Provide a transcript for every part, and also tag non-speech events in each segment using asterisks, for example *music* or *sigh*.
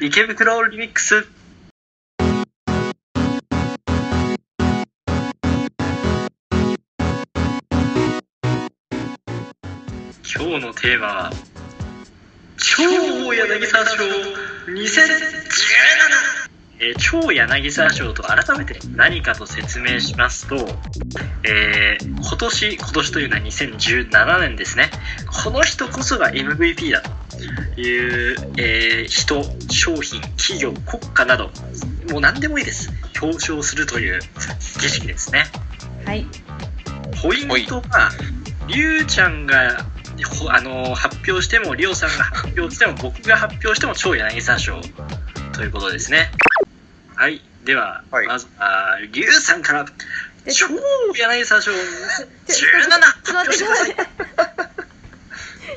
池袋リミックス今日のテーマは超柳沢賞2017えー超柳沢賞と改めて何かと説明しますと、えー今年今年というのは2017年ですねこの人こそが MVP だという、えー人商品企業国家などもう何でもいいです表彰するという儀式ですねはい。ポイントはりゅうちゃんがほあのー発表してもりょうさんが発表しても僕が発表しても超柳沢賞ということですねはいでは、はいまずあーりゅうさんからえ超柳沢賞2017ちょ発ちょっと表してください待って、ちょっ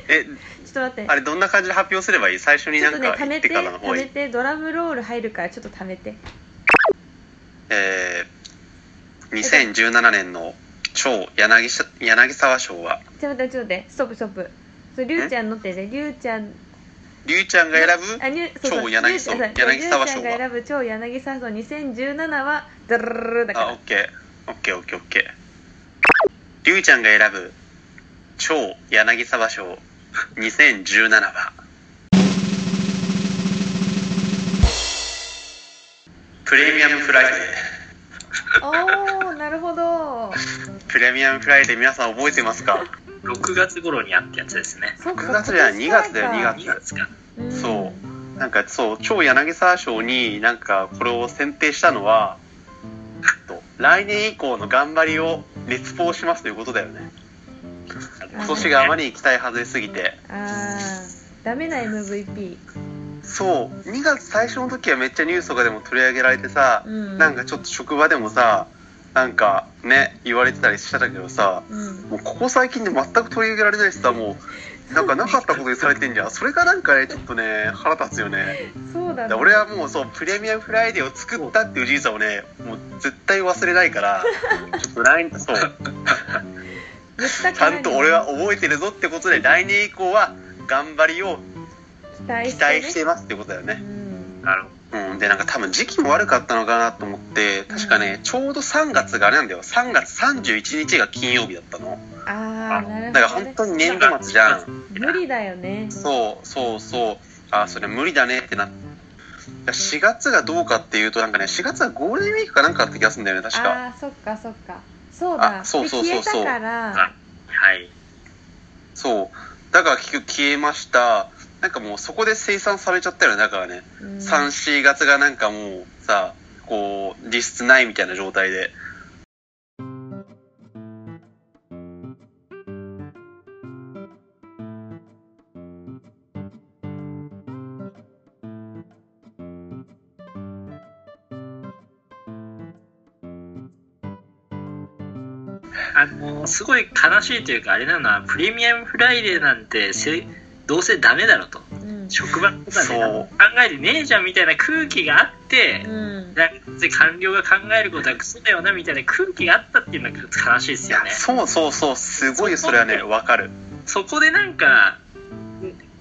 と待って。え、ちょっと待って。あれどんな感じで発表すればいい最初にちょなっとんね、か貯言めってて、からの貯方がいめい。て、ドラムロール入るから、ちょっと貯めて。えー、2017年の超柳し柳沢賞は、ちょっと待って、ちょっと待って、ストップ、ストップ。そう、りゅうちゃんのってね、りゅうちゃん。りゅうちゃんが選ぶあ、りゅう、そうそう超柳沢りゅうちゃん柳沢賞はりゅうちゃんが選ぶ超柳沢賞2017は、ドルルルルだかあ、オらッ。ケー。オッケーオッケーオッケー。りゅうちゃんが選ぶ超柳沢賞2017は、プレミアムフライデおー、なるほど。ー。プレミアムフライデー皆さん覚えてますか6月頃にあったやつですねそうか9月じゃない今2年から月だよか2月2月かうんそうなんかそう超柳沢賞になんかこれを選定したのはと来年以降の頑張りを熱望しますということだよね今年があまりに期待外れすぎてあーダメな MVP そう2月最初の時はめっちゃニュースとかでも取り上げられてさ、うんなんかちょっと職場でもさなんかね言われてたりしてたけどさうんもうここ最近で全く取り上げられないしさもうなんかなかったことにされてんじゃんそれがなんかねちょっとね腹立つよねそうだでね俺はもうそうプレミアムフライデーを作ったっていう事実をねもう絶対忘れないからちょっと来年 *laughs* そう言ったちゃんと俺は期覚えてるぞってことで来年以降は頑張りを待期して,、待してますってことだよね、うんあのうん、でなんか多分時期も悪かったのかなと思って確かねちょうど3月があれなんだよ3月31日が金曜日だったのああなだるほど、ね、から本当に年度末じゃん無理だよねそうそうそうあそれ無理だねってな4月がどうかっていうとなんかね4月はゴールデンウィークかなんかあった気がするんだよね確かああそっかそっかそうだあそうそうそうそうで消えたからあはいそう。だから結局消えました。なんかもうそこで生産されちゃったよね。だからね、うん3、4月がなんかもうさ、こう、実質ないみたいな状態で。あのすごい悲しいというかあれなのはプレミアムフライデーなんてせどうせダメだろとうん職場とかでそう考えてねえじゃんみたいな空気があって、うんなんか官僚が考えることはクソだよなみたいな空気があったっていうのが悲しいですいよや、ねそうそうそう、すごいそれはね、そわかる。そこでなんか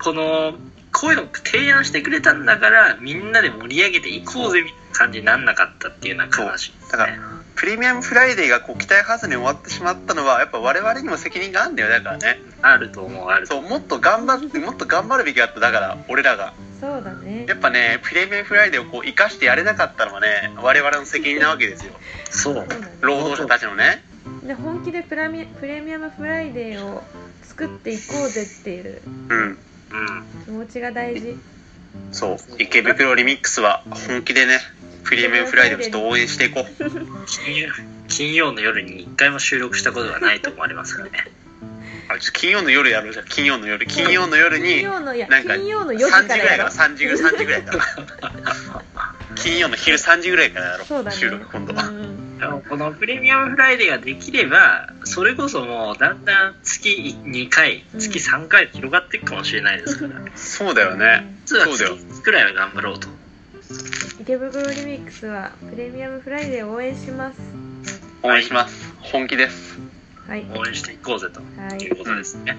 このこういうの提案してくれたんだからみんなで盛り上げていこうぜみたいな感じになんなかったっていうのは悲しいですだかねら、プレミアムフライデーがこう期待外れに終わってしまったのは、やっぱ我々にも責任があるんだよ。だからね。あると思うあるとそ思う、もっと頑張って、もっと頑張るべきだった。だから、俺らが。そうだねやっぱね、プレミアムフライデーをこう生かしてやれなかったのはね、我々の責任なわけですよ。うそうそうだね労働者たちのね。で本気でプラミプレミアムフライデーを作っていこうぜっていううん。うん気持ちが大事そう池袋リミックスは本気でねプレミアムフライデーをちょっと応援していこう金曜金曜の夜に一回も収録したことがないと思われますからね *laughs* あちょっと金曜の夜やろうじゃん金曜の夜金曜の夜金に曜のいやなんか金曜の3 4時時ぐかららいやかろら3時ぐらい3時ぐらいから金曜の昼3時ぐらいからやそうろだうね収録今度うはんあのこのプレミアムフライデーができればそれこそもうだんだん月2回うん月3回広がっていくかもしれないですからそうだよね実はそうだよ月1くらいは頑張ろうと池袋リミックスはプレミアムフライデーを応援します応援します本気ですはい応援していこうぜとはいいうことですね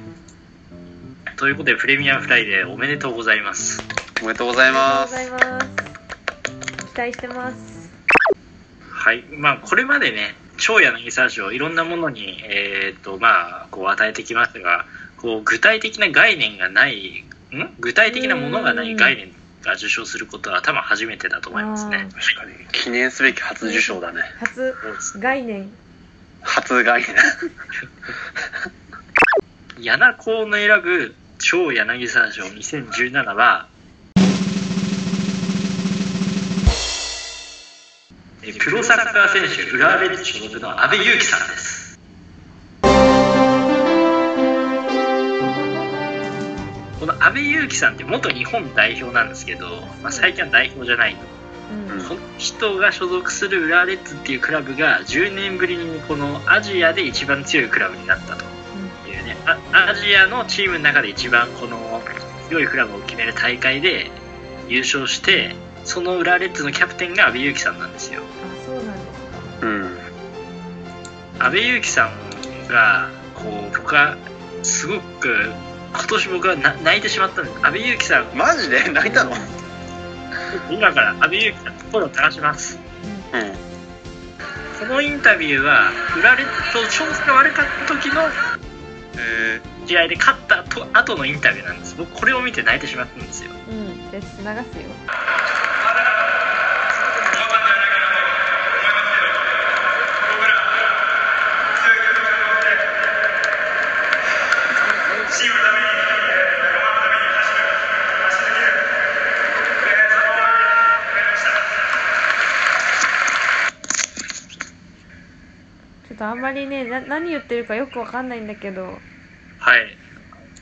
ということでプレミアムフライデーおめでとうございますおめでとうございまありす。がとうございます。期待してます。はい。まあ、これまでね、超柳沢賞、いろんなものに、えっ、と、まあ、こう、与えてきましたが、こう、具体的な概念がない、ん具体的なものがない概念が受賞することは多分初めてだと思いますね。確かに。記念すべき初受賞だね。初そうです概念。初概念。柳高の選ぶ超柳沢賞2017は、えプロサッカー選手、浦和レッズ所属の阿部祐樹さんです。この阿部祐樹さんって元日本代表なんですけど、まあ、最近は代表じゃないと。うん。この人が所属する浦和レッズっていうクラブが10年ぶりにこのアジアで一番強いクラブになったというねあアジアのチームの中で一番この強いクラブを決める大会で優勝してその浦和レッズのキャプテンが阿部勇樹さんなんですよあ、そうなんですうん。阿部勇樹さんがこう僕はすごく今年僕はな泣いてしまったんです阿部勇樹さんマジで泣いたのうん。今から阿部勇樹さん心を垂らしますこのインタビューは浦和レッズと調子が悪かった時のえ試合で勝ったと後のインタビューなんです僕これを見て泣いてしまったんですよか。うん。で、流すよ。ちょっとあんまりね、な何言ってるかよくわかんないんだけど。 *laughs* はい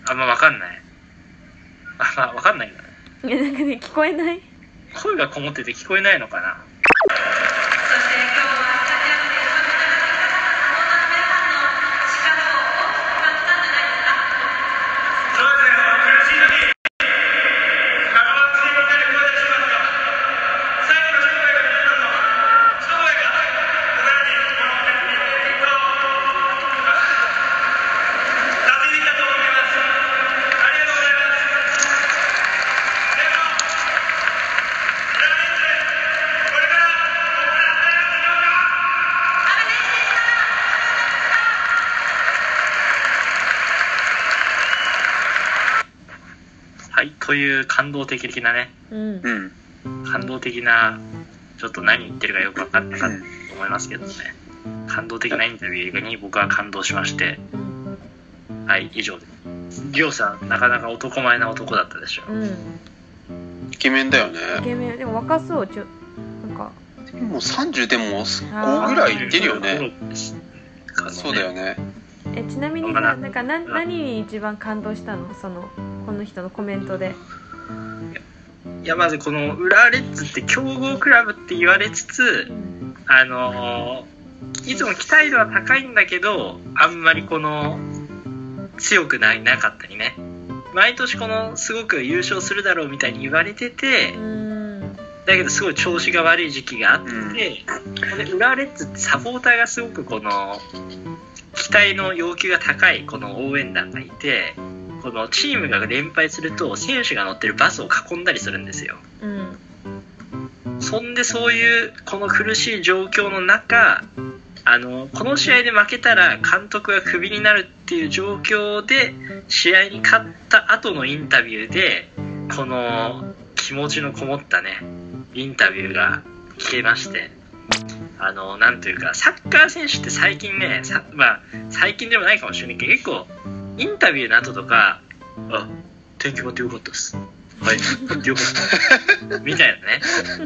あんま分かんないあ *laughs* まあ分かんないなえ、なんかね、聞こえない。声がこもってて聞こえないのかなはいという感動的なねうんう。ん。感動的なちょっと何言ってるかよく分かんなかったと思いますけどね感動的なインタビューに僕は感動しましてうん。はい以上ですりょうさんなかなか男前な男だったでしょうん。イケメンだよイね。ケメン、でも若そう、ちょ。なんか。もう30でも5ぐらいいってるよね。そうだよね。え、ちなみにわからさ、んなんか、な、何に一番感動したの、その。この人のコメントで。いやまずこの浦和レッズって強豪クラブって言われつつうん。あのーいつも期待度は高いんだけどあんまりこの強くないなかったりね毎年このすごく優勝するだろうみたいに言われててうん。だけどすごい調子が悪い時期があって、うんこれ浦和レッズってサポーターがすごくこの期待の要求が高いこの応援団がいてこのチームが連敗すると選手が乗ってるバスを囲んだりするんですようん。そんでそういうこの苦しい状況の中あのこの試合で負けたら監督がクビになるっていう状況で試合に勝った後のインタビューでこの気持ちのこもったねインタビューが聞けましてあのなんというかサッカー選手って最近ねさ、まあ、最近でもないかもしれないけど結構インタビューの後とか「あ天気もってよかったっす」はい「よか *laughs* った」みたい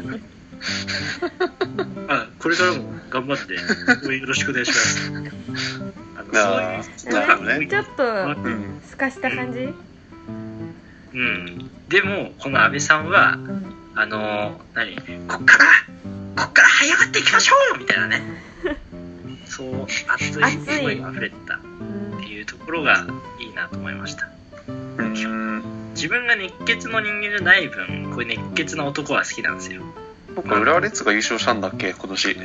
なねあこれからも頑張って応援よろしくお願いします。あのあそういーうなるほどねちょっと。うん。すかした感じ。うん、でもこの安倍さんはうん。あの何こっからこっから這い上がっていきましょうみたいな *laughs* ねそう熱い熱い声が溢れてたっていうところがいいなと思いましたうん。自分が熱血の人間じゃない分こういう熱血な男は好きなんですよそっか、浦和レッズが優勝したんだっけ、今年。い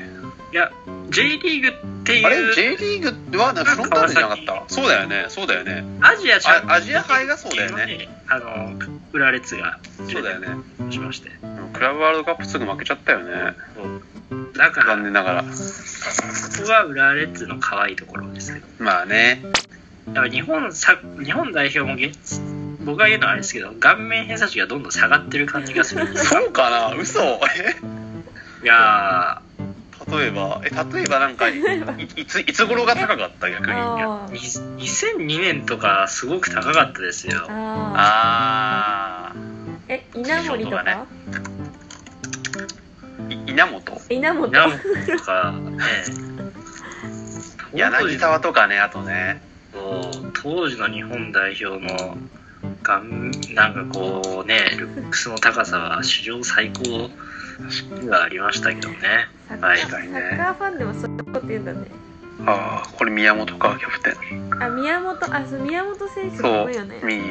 や J リーグってあれいう ?J リーグっはなんかフロンターレじゃなかったそうだよねそうだよねアジアチャンピオンあアジア杯がそうだよねあの浦和レッズがそうだよねしましてクラブワールドカップすぐ負けちゃったよねだからこ残念ながらこが浦和レッズの可愛いところですけどまあねだから日本さ日本代表もげ僕が言うのはあれですけど顔面偏差値がどんどん下がってる感じがするんですよそうかな嘘えいや例えばえ例えばなんかいいいついつ頃が高かった逆にあーに2002年とかすごく高かったですよああーえ稲森とか、ねあい稲本稲本ナムとかね柳沢とかねあとねそう当時の日本代表のがんなんかこうねルックスの高さは史上最高がありましたけどねサッカーはいサはいッカーファンでもそういうこと言うんだねああこれ宮本かキャプテンあ宮本あそう宮本選手そもういよね右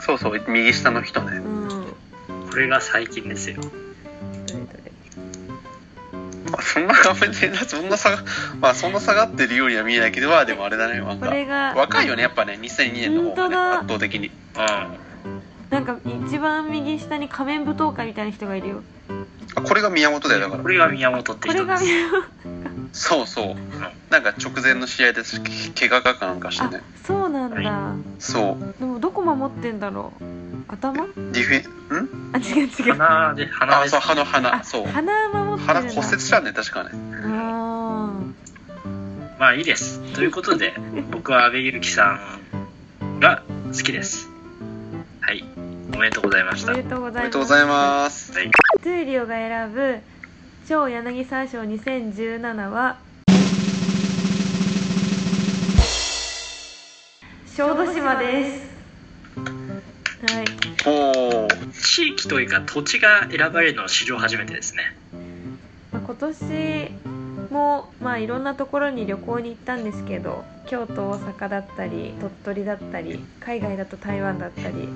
そうそう右下の人ねうんどこれが最近ですよれどれあそんな画面でそんな下がまあそんな下がってるよりは見えないけどまあでもあれだねなんこかれが若いよねやっぱね2002年の方が、本当ね、だ圧倒的にうなんか一番右下に仮面舞踏会みたいな人がいるよあこれが宮本だよだかんらこれが宮本ってこれ人でがす宮本そうそうなんか直前の試合ですけ怪我かなんかしてあねそうなんだ、そうでもどこ守ってんだろう頭あディフェンん違う違う鼻で鼻あでそう歯のあ鼻そう鼻守ってる鼻んだ骨折したんね確かねあまあいいですということで僕は阿部祐樹さんが好きですはいおめでとうございましーたおめでとうごおざいめますでとうございますはいトゥーリオが選ぶ超柳沢賞2017は小豆島ですはいおお地域というか土地が選ばれるのは史上初めてですねまあ今年も、まあ、いろんなところに旅行に行ったんですけど京都大阪だったり鳥取だったり海外だと台湾だったり、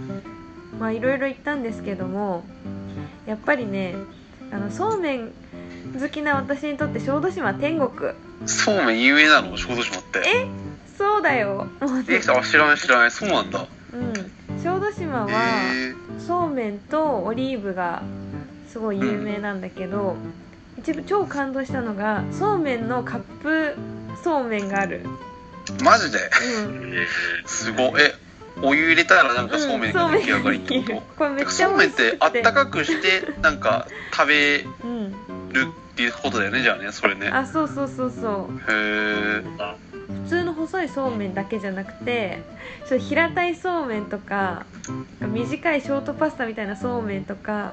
まあ、いろいろ行ったんですけどもやっぱりねあのそうめん好きな私にとって小豆島は天国そうめん有名なの小豆島ってえそうだよもうねあ知らない知らないそうなんだうん、小豆島へはえそうめんとオリーブがすごい有名なんだけど、一部超感動したのがそうめんのカップそうめんがある、マジでえうーすごいえお湯入れたらなんん、かそうめんうがん出来上がりってそうめんができるここれめっとちゃそう美めん味っしてくあってたかくしてなんか食べるうん、っていうことだよねじゃあねそれねへあそうそうそうそうえ普通の細いそうめんだけじゃなくてそう平たいそうめんとか短いショートパスタみたいなそうめんとか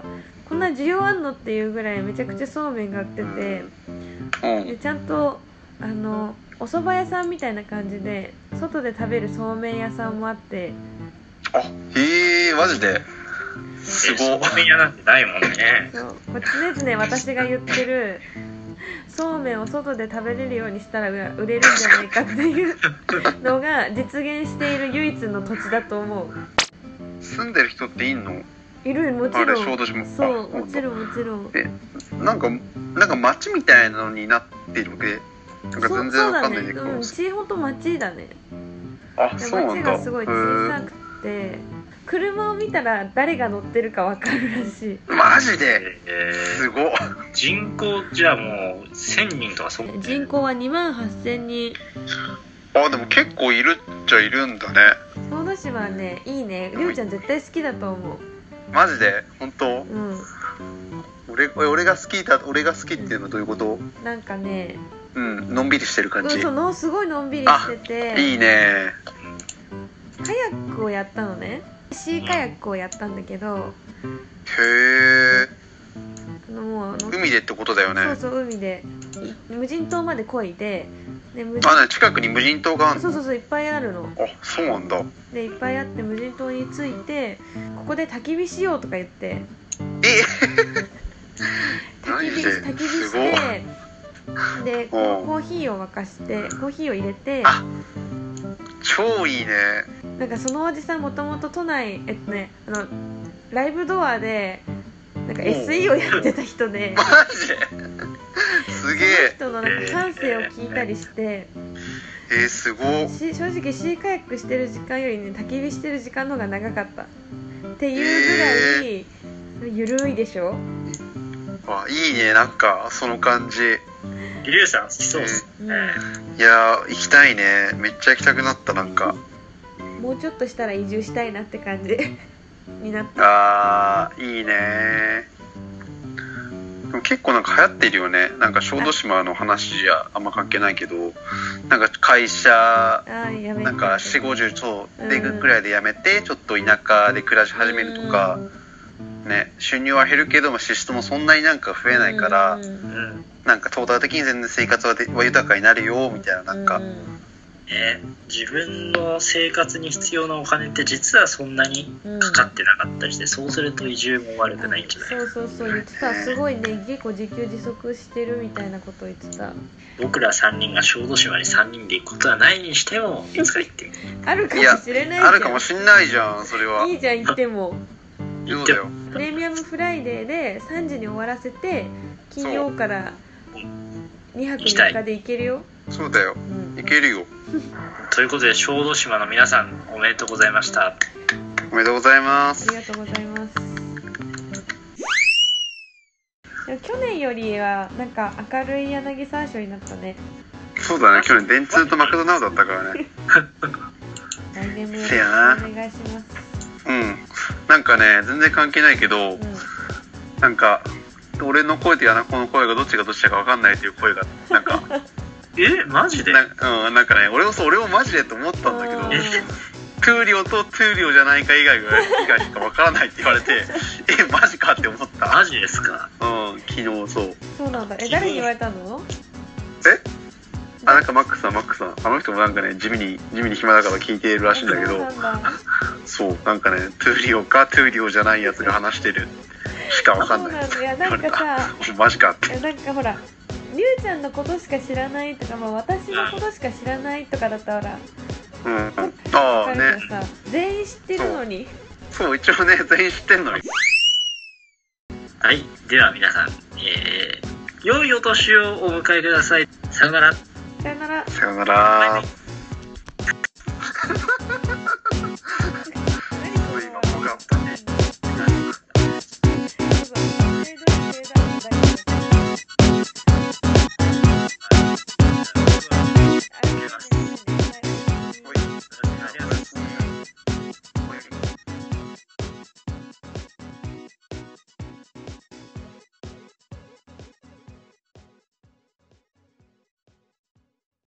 こんな需要あんのっていうぐらいめちゃくちゃそうめんがあってて。うんでちゃんとあのお蕎麦屋さんみたいな感じで外で食べるそうめん屋さんもあってあへえマジですごそうめん屋なんてないもんねそうこう常々私が言ってるそうめんを外で食べれるようにしたら売れるんじゃないかっていうのが実現している唯一の土地だと思う住んでる人っていんのいるもちあれろ小ん豆島そうあもちろんもちろんなんかなんか町みたいなのになってるわけなんかそ全う然そうわかだんねないんだけど、うん地方と町だねあでそうな町んだがすごい小さくて車を見たら誰が乗ってるか分かるらしいへーマジでえすごっー人口じゃあもう1000人とかそん人口は2万8000人あでも結構いるっちゃいるんだね小豆島はねいいねりゅうちゃん絶対好きだと思うマジで本当うん俺俺が好きだ俺が好きっていうのはどういうことなんかねうんのんびりしてるう感んじ、そうのすごいのんびりしてていいねカヤックをやったのねシーカヤックをやったんだけどへえあのもうあの海でってことだよねそうそう海でい無人島まで漕いでで無人あね近くに無人島があるそうそうそういっぱいあるのあそうなんだでいっぱいあって無人島に着いてここで焚き火しようとか言ってえ *laughs* 焚何き火して焚き火しすごいてでコうんーヒーを沸かしてコーヒーを入れてあ超いいねなんかそのおじさんもともと都内えっとねあのライブドアでなんかうん SE をやってた人でマジですげえその人のなんか感性を聞いたりしてえー、すごっし正直シーカヤックしてる時間よりね焚き火してる時間の方が長かったっていうぐらい、ゆるいでしょあいいねなんかその感じリュウさん好きそうですね。いやー行きたいねめっちゃ行きたくなったなんかもうちょっとしたら移住したいなって感じになったあーいいねでも結構なんか流行ってるよねなんか小豆島の話じゃあんま関係ないけどなんか会社あーやめなんか4 5 0そうでぐらいで辞めてちょっと田舎で暮らし始めるとかね収入は減るけども支出もそんなになんか増えないからうん。なんかトータル的に全然生活はでは豊かになるよみたいななんかね自分の生活に必要なお金って実はそんなにかかってなかったりして、そうすると移住も悪くないんじゃないそうそうそう言ってたすごいね結構自給自足してるみたいなこと言ってた僕ら3人が小豆島に3人で行くことはないにしてもいつか行ってみるあるかいやもしれないじゃんあるかもしんないじゃんそれはいいじゃん行ってもそうだよプレミアムフライデーで3時に終わらせて金曜から2泊3日で行けるよ、そうだようんいけるよということで小豆島の皆さんおめでとうございましたおめでとうございまありすがとうございます。でも去年よりはなんか明るい柳沢賞になったね。そうだね去年電通とマクドナルドだったからね来年もよろせしくおやな願いします。うんなんかね全然関係ないけどなんか俺の声とヤナコの声がどっちがどっちだか分かんないという声がなんかえマジでな,、うん、なんかね俺もそう俺もマジでと思ったんだけどうん。えトゥーリオとトゥーリオじゃないか以外が以外しか分からないって言われて *laughs* えマジかって思ったマジですかうん昨日そうそうなんだ。え誰に言われたの？えあなんかマックスさんマックスさんあの人もなんかね地味に地味に暇だから聞いているらしいんだけそうどなんだ。そうなんかねトゥーリオかトゥーリオじゃないやつが話してるしか分そかうんないなんだ。いやなんかさ、マジかっていやなんかほら。りゅうちゃんのことしか知らないとか、まあ、私のことしか知らないとかだったらら、うんああ彼ねらさ、全員知ってるのに、そう一応ね全員知ってんのにはいでは皆さんえー、良いお年をお迎えくださいさよならさよなら。さよならバイバイ